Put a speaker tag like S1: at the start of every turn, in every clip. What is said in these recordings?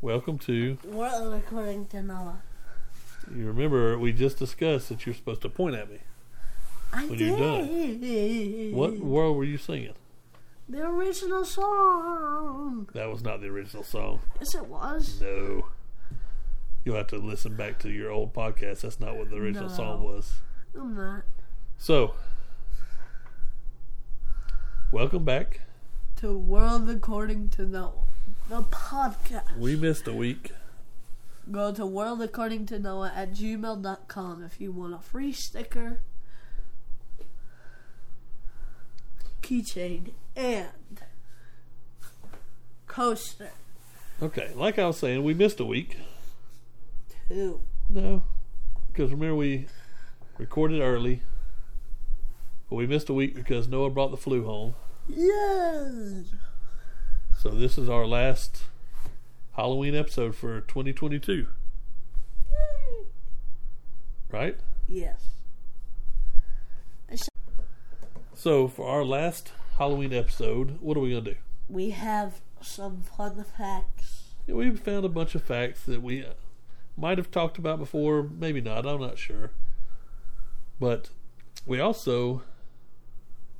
S1: Welcome to.
S2: We're recording to Noah.
S1: You remember we just discussed that you're supposed to point at me.
S2: I
S1: When
S2: did.
S1: you're
S2: Mm.
S1: What world were you singing?
S2: The original song.
S1: That was not the original song.
S2: Yes, it was.
S1: No. You'll have to listen back to your old podcast. That's not what the original
S2: No.
S1: song was.
S2: I'm not.
S1: So, welcome back.
S2: To World According to Noah. The podcast.
S1: We missed a week.
S2: Go to World According to Noah at gmail.com if you want a free sticker, keychain, and coaster.
S1: Okay, like I was saying, we missed a week.
S2: Two.
S1: No, because remember we recorded early, but we missed a week because Noah brought the flu home.
S2: Yes!
S1: So this is our last Halloween episode for 2022, right?
S2: Yes.
S1: So for our last Halloween episode, what are we gonna do?
S2: We have some fun facts.
S1: Yeah, We found a bunch of facts that we uh, might have talked about before, maybe not. I'm not sure. But we also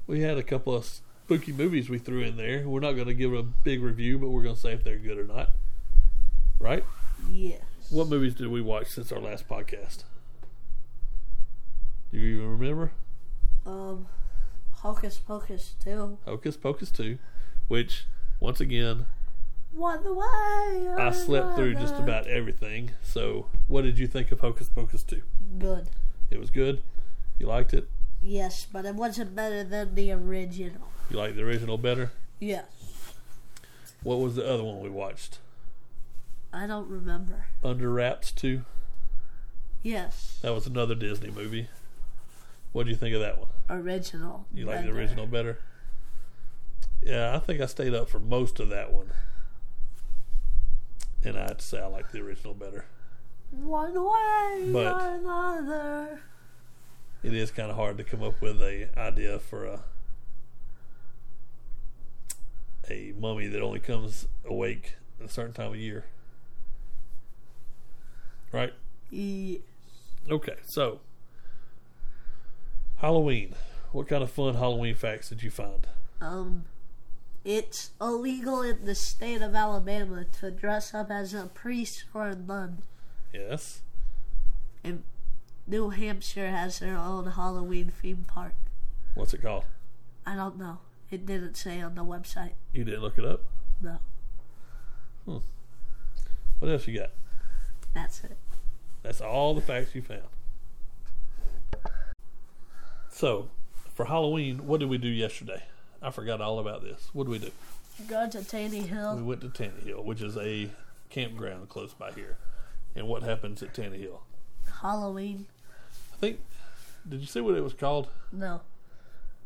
S1: we had a couple of spooky movies we threw in there. We're not gonna give a big review, but we're gonna say if they're good or not, right?
S2: Yes.
S1: What movies did we watch since our last podcast? Do you even remember?
S2: Um, Hocus Pocus 2.
S1: Hocus Pocus 2, which, once again,
S2: What the way? oh
S1: I slept through just about everything. So, what did you think of Hocus Pocus 2?
S2: Good.
S1: It was good. You liked it.
S2: Yes, but it wasn't better than the original.
S1: You liked the original better.
S2: Yes.
S1: What was the other one we watched?
S2: I don't remember.
S1: Under Wraps 2.
S2: Yes.
S1: That was another Disney movie. What do you think of that one?
S2: Original.
S1: You like the
S2: better.
S1: original better? Yeah, I think I stayed up for most of that one. And I'd say I like the original better.
S2: One way
S1: But-
S2: or another.
S1: It is kind of hard to come up with a idea for a a mummy that only comes awake at a certain time of year. Right?
S2: Yeah.
S1: Okay, so Halloween. What kind of fun Halloween facts did you find?
S2: Um, it's illegal in the state of Alabama to dress up as a priest or a nun.
S1: Yes.
S2: And New Hampshire has their own Halloween theme park.
S1: What's it called?
S2: I don't know. It didn't say on the website.
S1: You didn't look it up? Hmm.
S2: No,
S1: What else you got?
S2: that's it.
S1: That's all the facts you found. So, for Halloween, what did we do yesterday? I forgot all about this. What did we do?
S2: Go to Taney
S1: We
S2: Hill.
S1: went to Tannehill, which is a campground close by here. And what happens at Tannehill?
S2: Halloween.
S1: I think. Did you see what it was called?
S2: No.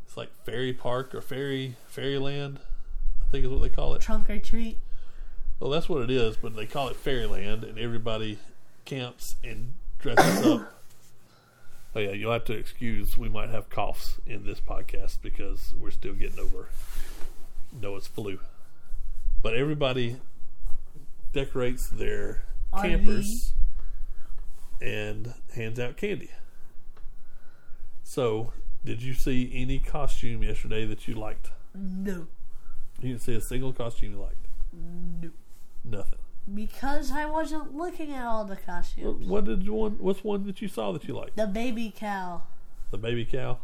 S1: It's like Fairy Park or Fairy Fairyland. I think is what they call it.
S2: Trunk or treat.
S1: Well, that's what it is, but they call it Fairyland, and everybody camps and dresses up. Oh yeah, you'll have to excuse. We might have coughs in this podcast because we're still getting over Noah's flu. But everybody decorates their
S2: RV.
S1: campers and hands out candy. So, did you see any costume yesterday that you liked?
S2: No.
S1: You didn't see a single costume you liked.
S2: No.
S1: Nothing.
S2: Because I wasn't looking at all the costumes.
S1: What did you one? What's one that you saw that you liked?
S2: The baby cow.
S1: The baby cow.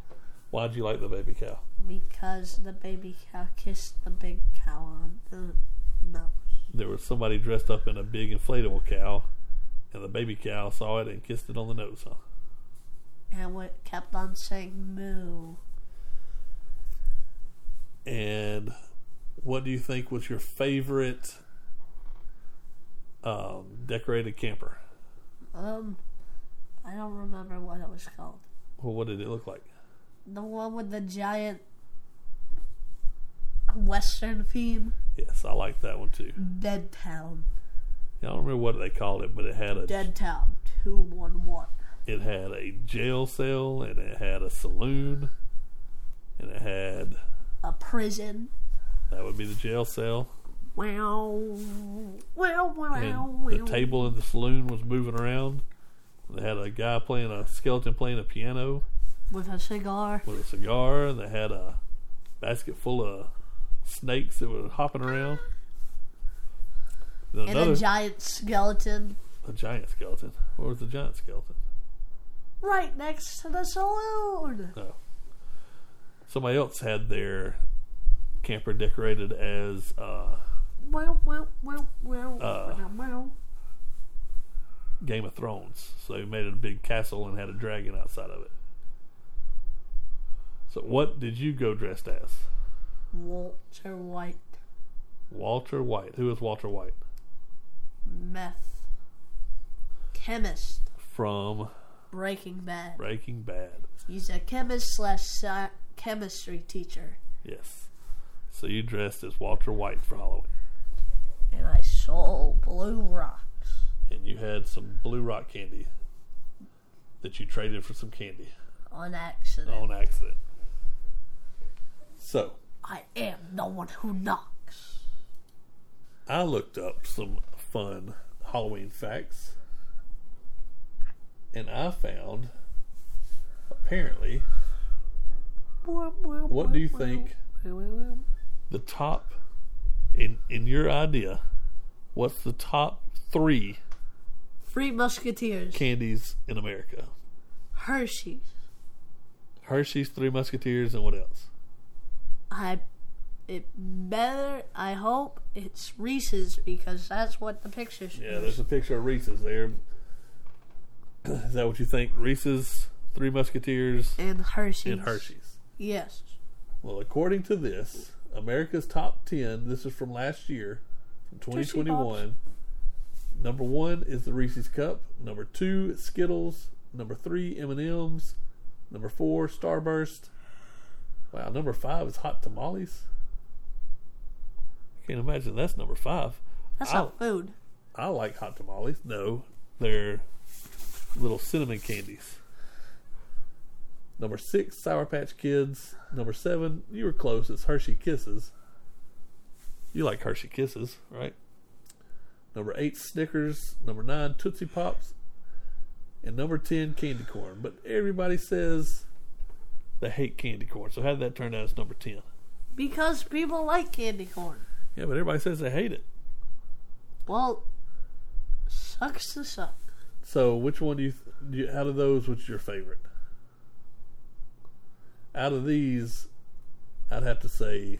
S1: Why would you like the baby cow?
S2: Because the baby cow kissed the big cow on the nose.
S1: There was somebody dressed up in a big inflatable cow, and the baby cow saw it and kissed it on the nose. Huh?
S2: And what kept on saying moo.
S1: And what do you think was your favorite um, decorated camper?
S2: Um, I don't remember what it was called.
S1: Well, what did it look like?
S2: The one with the giant western theme.
S1: Yes, I liked that one too.
S2: Dead Town.
S1: I don't remember what they called it, but it had a
S2: Dead Town 211.
S1: it had a jail cell, and it had a saloon, and it had
S2: A prison.
S1: that would be the jail cell.
S2: Wow. Wow, wow,
S1: and
S2: wow.
S1: the table in the saloon was moving around. They had a guy playing a skeleton playing a piano
S2: With a cigar.
S1: with a cigar. and They had a basket full of snakes that were hopping around. Then
S2: And
S1: another
S2: a giant skeleton
S1: a giant skeleton. Where was the giant skeleton?
S2: right next to the saloon.
S1: No. Somebody else had their camper decorated as uh,
S2: Wow, wow, wow, wow.
S1: Uh.
S2: wow, wow.
S1: Game of Thrones. So they made it a big castle and had a dragon outside of it. So what did you go dressed as?
S2: Walter White.
S1: Walter White. Who is Walter White?
S2: Meth. Chemist.
S1: From
S2: Breaking Bad.
S1: Breaking Bad.
S2: He's a chemist slash sci- chemistry teacher.
S1: Yes. So you dressed as Walter White for Halloween.
S2: And I sold blue rocks.
S1: And you had some blue rock candy that you traded for some candy
S2: On accident.
S1: on accident. So
S2: I am the one who knocks.
S1: I looked up some fun Halloween facts, and I found apparently
S2: What
S1: do you think? the top in in your idea. What's the top three
S2: Three Musketeers.
S1: candies in America?
S2: Hershey's.
S1: Hershey's, Three Musketeers, and what else?
S2: I. It better. I hope it's Reese's because that's what the picture shows.
S1: Yeah, there's a picture of Reese's there. Is that what you think? Reese's, Three Musketeers,
S2: And Hershey's.
S1: and Hershey's.
S2: Yes.
S1: Well, according to this, America's top 10, this is from last year, from
S2: Tootsie
S1: 2021. Number 1 is the Reese's cup, number 2 Skittles, number 3 M&Ms, number 4 Starburst. Wow, number 5 is hot tamales. I can't imagine that's number 5.
S2: That's
S1: I'll-
S2: not food.
S1: I like hot tamales. No, they're little cinnamon candies. Number six, Sour Patch Kids. Number seven, you were close. It's Hershey Kisses. You like Hershey Kisses, right? Number eight, Snickers. Number nine, Tootsie Pops. And number ten, candy corn. But everybody says they hate candy corn. So how did that turn out as number ten?
S2: Because people like candy corn.
S1: Yeah, but everybody says they hate it.
S2: Well, sucks to suck.
S1: So, which one do you, do you out of those? What's your favorite? Out of these, I'd have to say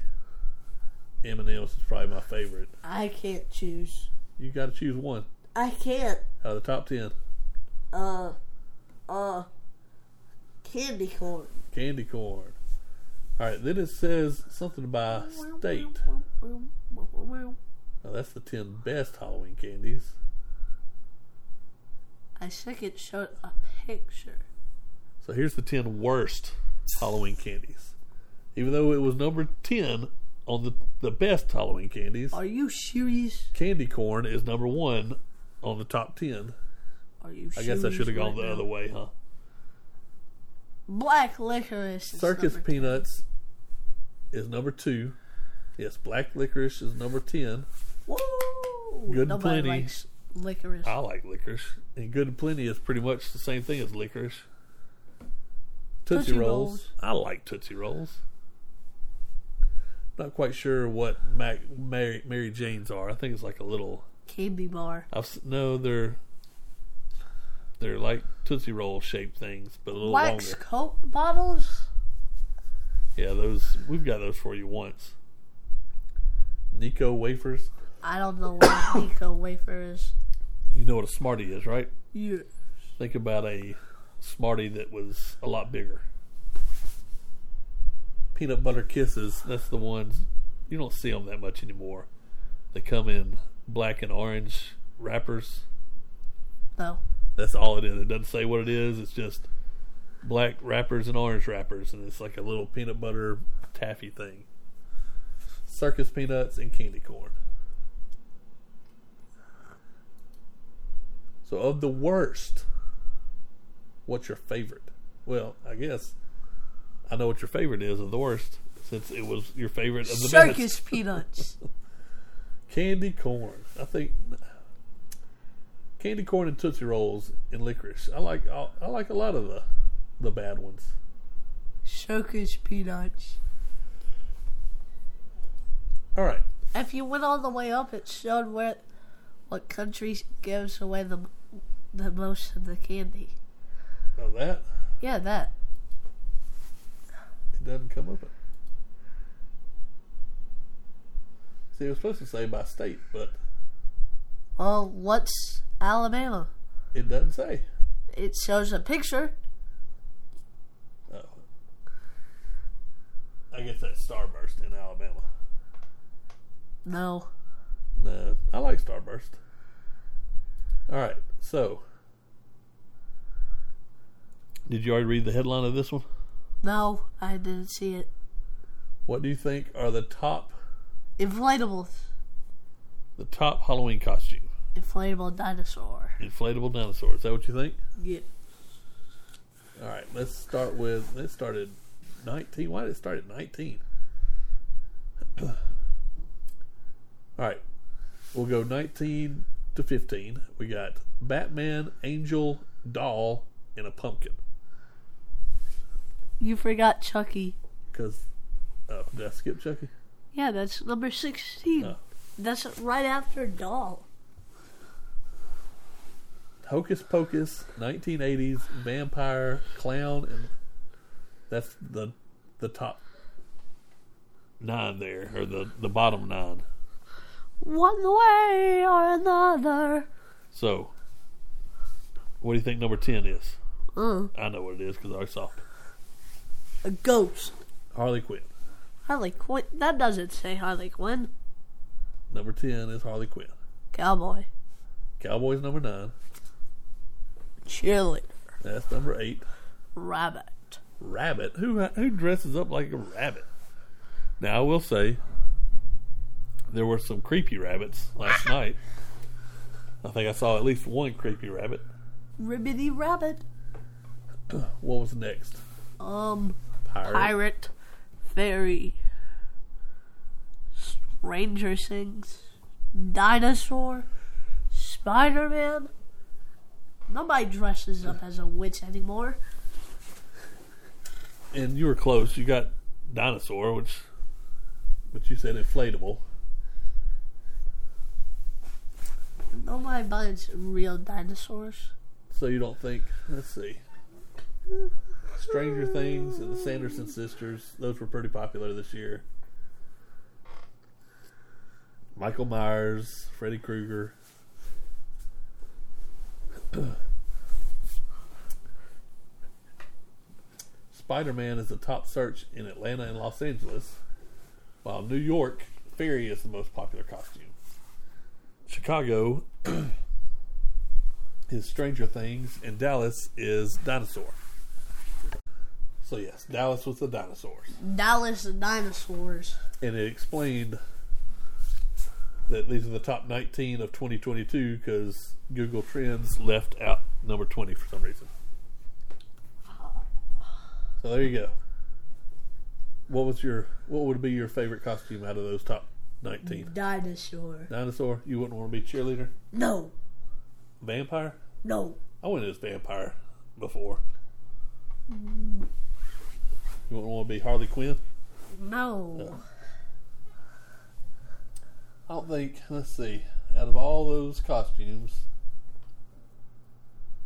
S1: M and M's is probably my favorite.
S2: I can't choose.
S1: You got to choose one
S2: I can't.
S1: out of the top ten.
S2: Uh, uh, candy corn.
S1: Candy corn. All right, then it says something by state. Now that's the ten best Halloween candies.
S2: I second showed a picture.
S1: So here's the 10 worst Halloween candies. Even though it was number 10 on the, the best Halloween candies,
S2: Are you serious?
S1: candy corn is number one on the top 10.
S2: Are you
S1: I
S2: serious?
S1: guess I should have gone
S2: right
S1: the
S2: now?
S1: other way, huh?
S2: Black licorice. Is
S1: Circus
S2: number-
S1: peanuts is number two. Yes, black licorice is number ten.
S2: Woo!
S1: Good and
S2: Nobody
S1: plenty.
S2: likes licorice.
S1: I like licorice, and good and plenty is pretty much the same thing as licorice. Tootsie,
S2: Tootsie
S1: rolls.
S2: Rolls.
S1: I like tootsie rolls. Not quite sure what Mac, Mary, Mary Jane's are. I think it's like a little.
S2: Candy bar.
S1: I've s- no, they're they're like tootsie roll shaped things, but a little
S2: Wax
S1: longer.
S2: Coke bottles.
S1: Yeah, those we've got those for you once. Nico wafers.
S2: I don't know what Nico wafer is.
S1: You know what a Smartie is, right?
S2: Yeah.
S1: Think about a Smartie that was a lot bigger. Peanut butter kisses. That's the ones you don't see them that much anymore. They come in black and orange wrappers.
S2: No.
S1: That's all it is. It doesn't say what it is. It's just black wrappers and orange wrappers, and it's like a little peanut butter taffy thing. Circus peanuts and candy corn. So, of the worst, what's your favorite? Well, I guess I know what your favorite is of the worst, since it was your favorite of the best.
S2: Circus peanuts.
S1: Candy corn. I think candy corn and tootsie rolls and licorice. I like I, I like a lot of the the bad ones.
S2: Shokers peanuts.
S1: All right.
S2: If you went all the way up, it showed where what country gives away the the most of the candy.
S1: Now that
S2: Yeah, that.
S1: it doesn't come up. See, it was supposed to say by state, but
S2: Well, what's Alabama?
S1: it doesn't say.
S2: It shows a picture.
S1: Oh. I guess that's Starburst in Alabama.
S2: No.
S1: No, I like Starburst. All right, so did you already read the headline of this one?
S2: No, I didn't see it.
S1: What do you think are the top
S2: Inflatables.
S1: the top Halloween costume?
S2: Inflatable dinosaur.
S1: Inflatable dinosaur. Is that what you think?
S2: Yeah.
S1: All right, let's start with let's start at nineteen. Why did it start at nineteen? All right, we'll go nineteen to fifteen. We got Batman, Angel, Doll, and a pumpkin.
S2: You forgot Chucky.
S1: Because oh, did I skip Chucky?
S2: Yeah, that's number 16.
S1: Oh.
S2: That's right after Doll.
S1: Hocus Pocus, 1980s vampire clown, and that's the the top nine there, or the the bottom nine.
S2: One way or another.
S1: So, what do you think number ten is?
S2: Uh,
S1: I know what it is because I already saw it.
S2: a ghost.
S1: Harley Quinn.
S2: Harley Quinn. That doesn't say Harley Quinn.
S1: Number ten is Harley Quinn.
S2: Cowboy.
S1: Cowboys number nine.
S2: Cheerleader.
S1: That's number eight.
S2: Rabbit.
S1: rabbit. Who who dresses up like a rabbit? Now I will say there were some creepy rabbits last night. I think I saw at least one creepy rabbit.
S2: Ribbity Rabbit.
S1: What was next?
S2: Um,
S1: Pirate.
S2: Pirate. Fairy. Stranger Things. Dinosaur. Spider Man. Nobody dresses up as a witch anymore.
S1: And you were close. You got dinosaur, which but you said inflatable.
S2: Nobody buys real dinosaurs.
S1: So you don't think let's see. Stranger Things and the Sanderson sisters, those were pretty popular this year. Michael Myers, Freddy Krueger. Spider Man is the top search in Atlanta and Los Angeles, while New York, Fairy is the most popular costume. Chicago is Stranger Things, and Dallas is Dinosaur. So yes, Dallas was the dinosaurs,
S2: Dallas the dinosaurs.
S1: and it explained that these are the top 19 of 2022 because Google Trends left out number 20 for some reason. So there you go. What was your what would be your favorite costume out of those top 19?
S2: Dinosaur.
S1: Dinosaur. You wouldn't want to be cheerleader.
S2: No,
S1: Vampire.
S2: no.
S1: I went as vampire before. You wouldn't want to be Harley Quinn?
S2: No.
S1: I don't think. Let's see. Out of all those costumes,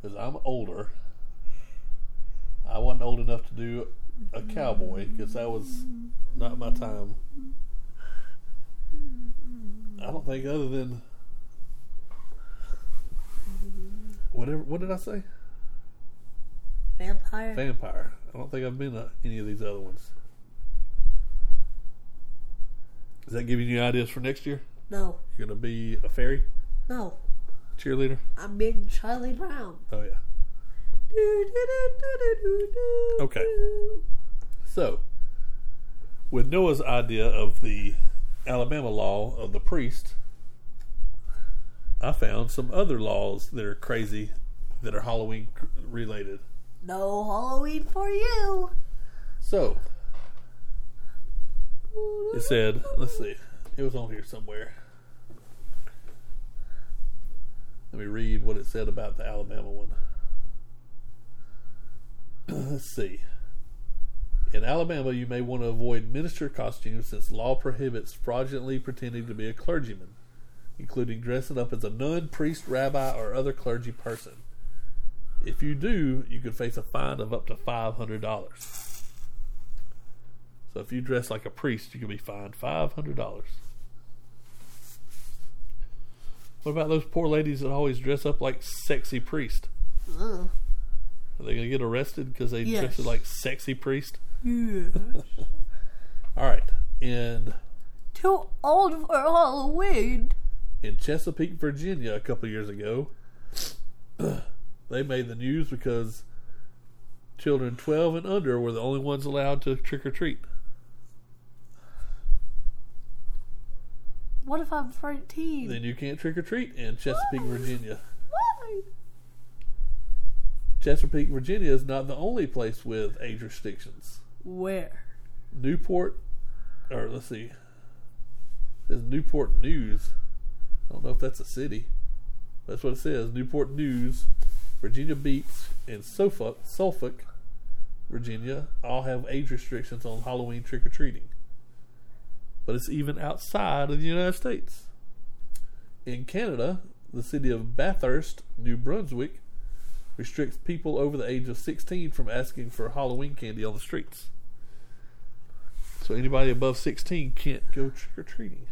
S1: because I'm older, I wasn't old enough to do a cowboy because that was not my time. I don't think other than whatever. What did I say?
S2: Vampire.
S1: Vampire. I don't think I've been to any of these other ones. Is that giving you ideas for next year?
S2: no,
S1: You're gonna be a fairy
S2: no.
S1: cheerleader?
S2: I'm being Charlie Brown.
S1: Oh yeah. Okay. So, with Noah's idea of the Alabama law of the priest, I found some other laws that are crazy that are Halloween cr- related.
S2: No Halloween for you.
S1: So, it said, let's see, it was on here somewhere. Let me read what it said about the Alabama one. Let's see. In Alabama, you may want to avoid minister costumes since law prohibits fraudulently pretending to be a clergyman, including dressing up as a nun, priest, rabbi, or other clergy person. If you do, you could face a fine of up to $500. So if you dress like a priest, you could be fined $500. What about those poor ladies that always dress up like sexy priest?
S2: Ugh.
S1: Are they going to get arrested because they
S2: Yes.
S1: dressed like sexy priest?
S2: Yeah.
S1: All right. In
S2: Too old for Halloween.
S1: in Chesapeake, Virginia, a couple years ago, they made the news because children 12 and under were the only ones allowed to trick or treat.
S2: What if I'm 13?
S1: Then you can't trick or treat in Chesapeake, Virginia.
S2: Why?
S1: Chesapeake, Virginia is not the only place with age restrictions.
S2: Where?
S1: Newport, or let's see, this is Newport News. I don't know if that's a city. That's what it says. Newport News, Virginia Beach, and Suffolk, Suffolk, Virginia, all have age restrictions on Halloween trick or treating. But it's even outside of the United States. In Canada, the city of Bathurst, New Brunswick, restricts people over the age of 16 from asking for Halloween candy on the streets. So anybody above 16 can't go trick or treating.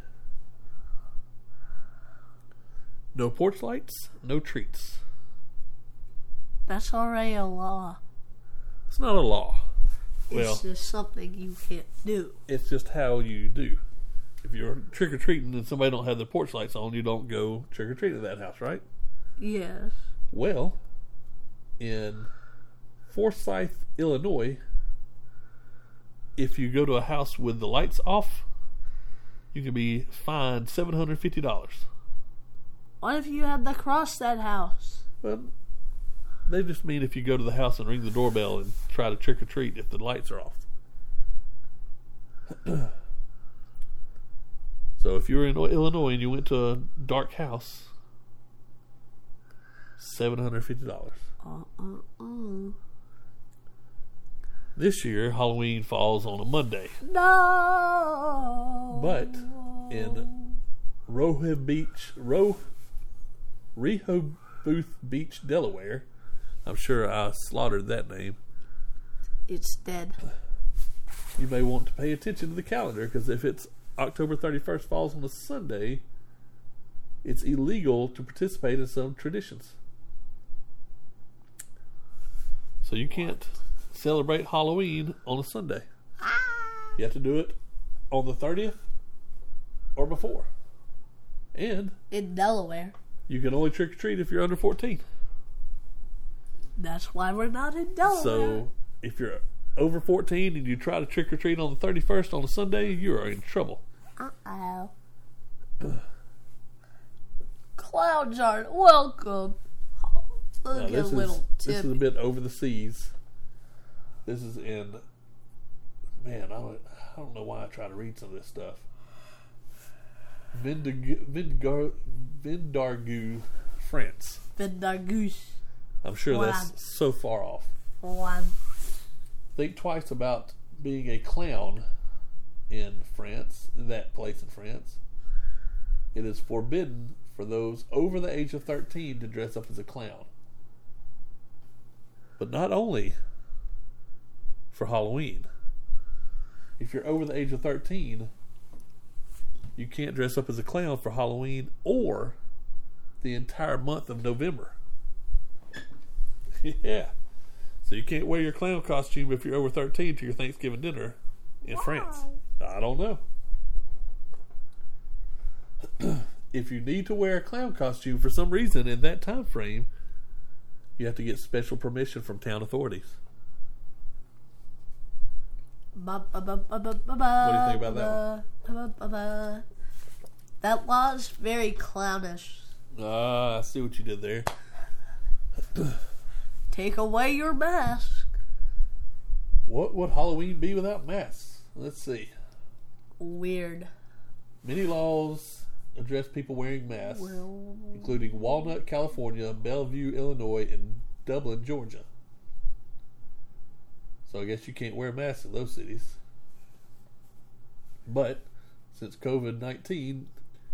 S1: No porch lights, no treats.
S2: That's already a law.
S1: It's not a law. Well,
S2: it's just something you can't do.
S1: it's just how you do. If you're trick or treating and somebody don't have their porch lights on, you don't go trick or treating at that house, right?
S2: Yes.
S1: Well, in Forsyth, Illinois, if you go to a house with the lights off, you can be fined seven hundred fifty dollars.
S2: What if you had to cross that house?
S1: Well, they just mean if you go to the house and ring the doorbell and try to trick or treat if the lights are off. so if you were in Illinois and you went to a dark house, seven hundred fifty dollars.
S2: Uh, uh, uh.
S1: This year, Halloween falls on a Monday,
S2: No.
S1: but in Rohib Beach, Ro, Rehoboth Beach, Delaware, I'm sure I slaughtered that name.
S2: it's dead.
S1: you may want to pay attention to the calendar because if it's October 31st falls on a Sunday, it's illegal to participate in some traditions. So you can't celebrate Halloween on a Sunday. You have to do it on the 30th or before. And
S2: In Delaware.
S1: you can only trick or treat if you're under 14.
S2: That's why we're not in Delaware.
S1: So if you're over 14 and you try to trick or treat on the 31st on a Sunday, you are in trouble.
S2: Uh oh. Clouds aren't welcome. Oh,
S1: Now,
S2: Look at
S1: this, is,
S2: little
S1: this is a
S2: Timmy.
S1: bit over the seas. This is in. Man, I don't, I don't know why I try to read some of this stuff. Vindig- Vingar, Vindargu, France.
S2: Been the goose.
S1: I'm sure
S2: Wow.
S1: that's so far off.
S2: One.
S1: Think twice about being a clown in France, in that place in France. It is forbidden for those over the age of 13 to dress up as a clown. But not only for Halloween. If you're over the age of 13, you can't dress up as a clown for Halloween or the entire month of November. yeah. So you can't wear your clown costume if you're over 13 to your Thanksgiving dinner in France. I don't know. if you need to wear a clown costume for some reason in that time frame, you have to get special permission from town authorities.
S2: What do you
S1: think about that
S2: one? That law's very clownish.
S1: Ah, I see what you did there.
S2: Take away your mask.
S1: What would Halloween be without masks? Let's see.
S2: Weird.
S1: Many laws addressed people wearing masks,
S2: Well,
S1: including Walnut, California, Bellevue, Illinois, and Dublin, Georgia. So I guess you can't wear masks in those cities. But since COVID 19,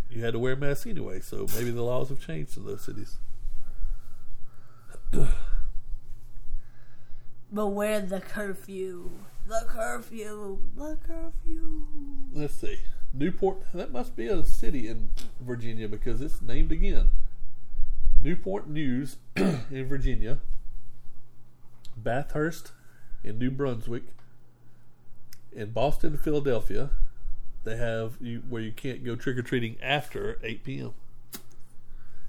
S1: you had to wear masks anyway, so maybe the laws have changed in those cities.
S2: but where the curfew? The curfew. The curfew.
S1: Let's see. Newport, that must be a city in Virginia because it's named again. Newport News in Virginia, Bathurst in New Brunswick, in Boston, Philadelphia, they have you, where you can't go trick or treating after 8 p.m.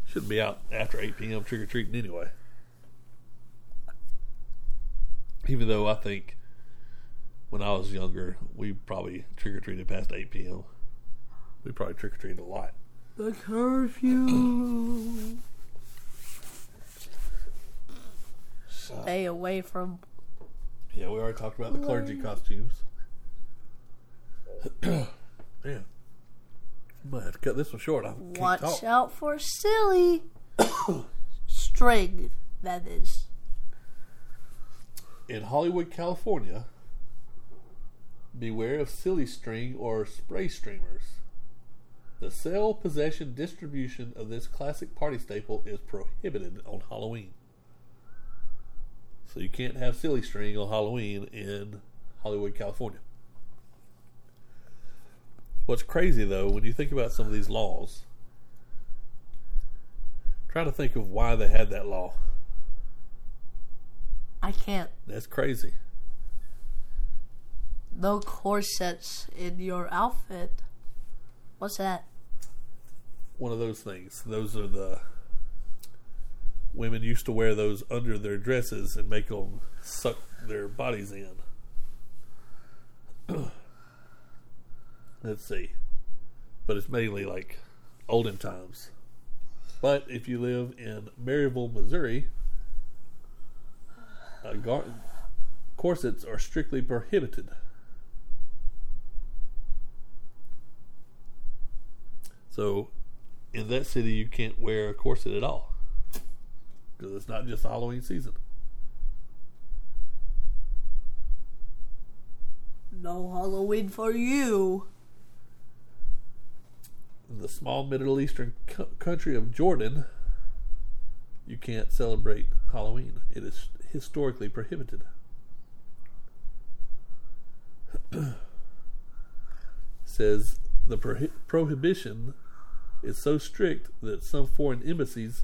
S1: Shouldn't be out after 8 p.m. trick or treating anyway. Even though I think when I was younger, we probably trick or treated past 8 p.m. We probably trick or treated a lot.
S2: The curfew. Stay away from.
S1: Yeah, we already talked about the clergy costumes. Man, I might have to cut this one short. I can't
S2: Watch
S1: talk.
S2: out for silly string. That is.
S1: In Hollywood, California, beware of silly string or spray streamers. The sale, possession, distribution of this classic party staple is prohibited on Halloween. So you can't have silly string on Halloween in Hollywood, California. What's crazy though, when you think about some of these laws, try to think of why they had that law.
S2: I can't.
S1: That's crazy.
S2: No corsets in your outfit. What's that?
S1: one of those things. Those are the women used to wear those under their dresses and make them suck their bodies in. Let's see. But it's mainly like olden times. But if you live in Maryville, Missouri, uh, gar- corsets are strictly prohibited. So in that city you can't wear a corset at all because it's not just Halloween season.
S2: No Halloween for you.
S1: In the small Middle Eastern co- country of Jordan, you can't celebrate Halloween. It is historically prohibited. Says the prohi- prohibition is so strict that some foreign embassies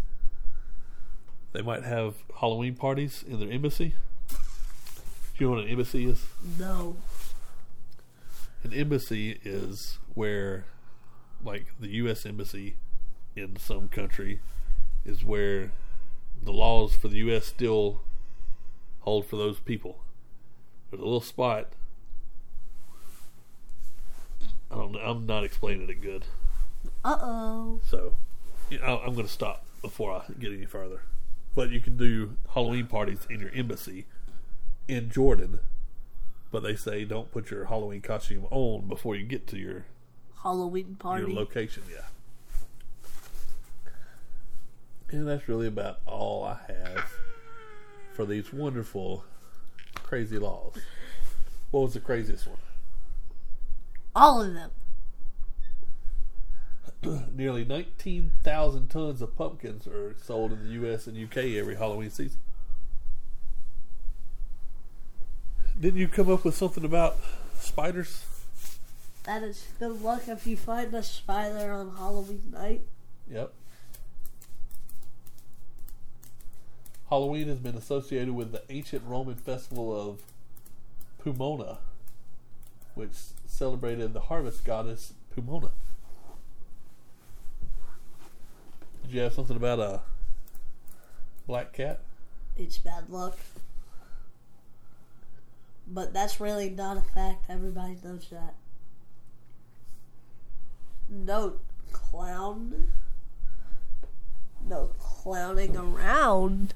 S1: they might have Halloween parties in their embassy. Do you know what an embassy is?
S2: No.
S1: An embassy is where, like, the U.S. embassy in some country is where the laws for the U.S. still hold for those people. There's a little spot. I don't, I'm not explaining it good,
S2: Uh oh.
S1: so yeah, I- I'm going to stop before I get any further. But you can do Halloween parties in your embassy in Jordan, but they say don't put your Halloween costume on before you get to your
S2: Halloween
S1: your
S2: party.
S1: location, yeah. And that's really about all I have for these wonderful, crazy laws. What was the craziest one?
S2: All of them.
S1: Nearly 19,000 tons of pumpkins are sold in the U.S. and U.K. every Halloween season. Didn't you come up with something about spiders?
S2: That is good luck if you find a spider on Halloween night.
S1: Yep. Halloween has been associated with the ancient Roman festival of Pumona, which celebrated the harvest goddess Pumona. Did you have something about a black cat?
S2: It's bad luck. But that's really not a fact. Everybody knows that. No clown. No clowning around.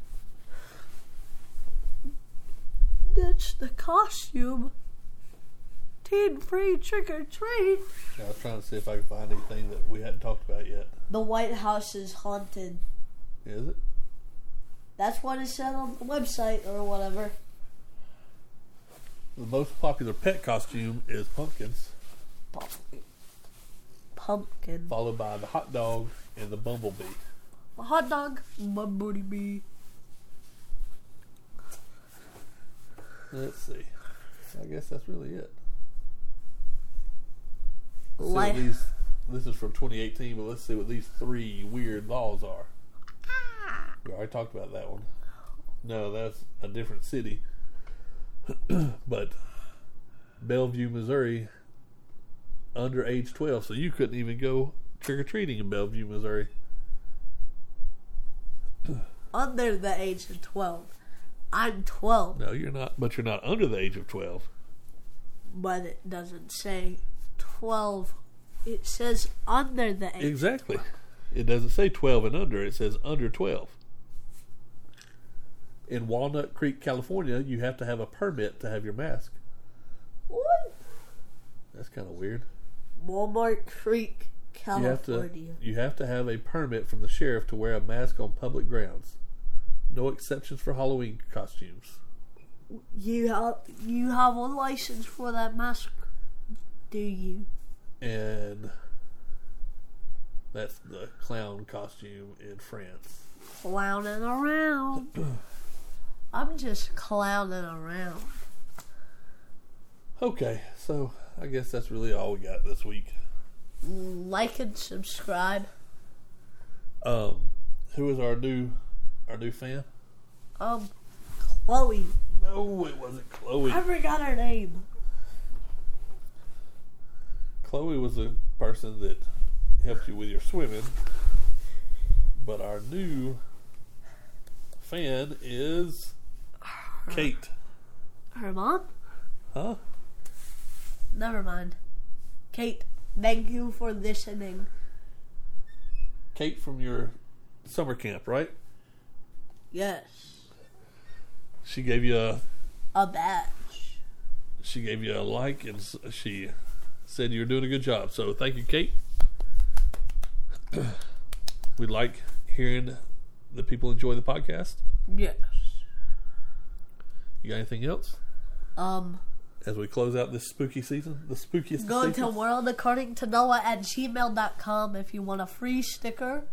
S2: That's the costume. kid free trick or treat.
S1: Yeah, I was trying to see if I could find anything that we hadn't talked about yet.
S2: The White House is haunted.
S1: Is it?
S2: That's what it said on the website or whatever.
S1: The most popular pet costume is pumpkins,
S2: Pumpkin. Pumpkin.
S1: followed by the hot dog and the bumblebee.
S2: Hot dog. My booty bee.
S1: Let's see. I guess that's really it. Let's see what
S2: Life.
S1: these, this is from 2018, but let's see what these three weird laws are. We already talked about that one. No, that's a different city. but Bellevue, Missouri, under age 12, so you couldn't even go trick or treating in Bellevue, Missouri.
S2: Under the age of 12. I'm 12,
S1: No, you're not, but you're not under the age of 12.
S2: but it doesn't say 12. It says under the age.
S1: Exactly. It doesn't say 12 and under, it says under 12. In Walnut Creek, California, you have to have a permit to have your mask.
S2: What?
S1: That's kind of weird.
S2: Walmart Creek,
S1: You have to
S2: California.
S1: you have to have a permit from the sheriff to wear a mask on public grounds. No exceptions for Halloween costumes.
S2: You have you have a license for that mask, do you?
S1: And that's the clown costume in France.
S2: Clowning around. I'm just clowning around.
S1: Okay, so I guess that's really all we got this week.
S2: Like and subscribe.
S1: Um, who is our new our new fan?
S2: Um, Chloe.
S1: No, it wasn't Chloe.
S2: I forgot her name.
S1: Chloe was the person that helped you with your swimming. But our new fan is Kate.
S2: Her mom?
S1: Huh?
S2: Never mind. Kate, thank you for listening.
S1: Kate from your summer camp, right?
S2: Yes.
S1: She gave you a
S2: A badge.
S1: she gave you a like and s- she said you're doing a good job. So thank you, Kate. we like hearing the people enjoy the podcast.
S2: Yes.
S1: You got anything else?
S2: Um,
S1: As we close out this spooky season, the spookiest
S2: go
S1: season.
S2: to world according to Noah at gmail.com if you want a free sticker.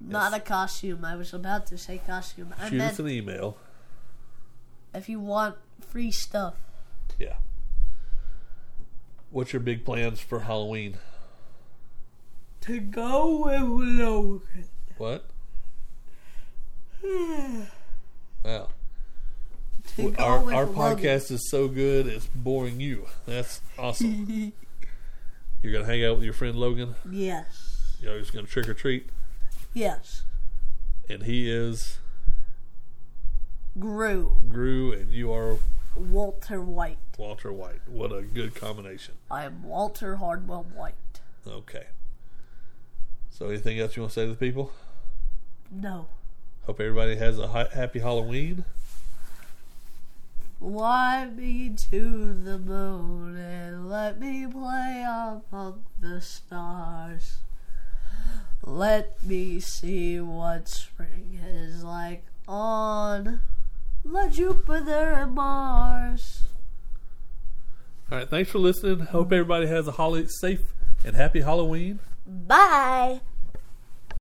S2: Not a
S1: Yes.
S2: costume. I was about to say costume. I
S1: shoot
S2: meant
S1: us an email.
S2: if you want free stuff.
S1: Yeah. What's your big plans for Halloween?
S2: To go with Logan.
S1: What? Wow.
S2: To go
S1: Our,
S2: with
S1: our
S2: Logan.
S1: podcast is so good, it's boring you. That's awesome. You're going to hang out with your friend Logan.
S2: Yes.
S1: Y'all just going to trick or treat.
S2: Yes.
S1: And he is
S2: Grew.
S1: Gru, and you are
S2: Walter White.
S1: Walter White. What a good combination.
S2: I am Walter Hardwell White.
S1: Okay. So, anything else you want to say to the people?
S2: No.
S1: Hope everybody has a hi- happy Halloween.
S2: Fly me to the moon and let me play among the stars. Let me see what spring is like on the Jupiter and Mars.
S1: All right, thanks for listening. Hope everybody has a holly safe and happy Halloween.
S2: Bye!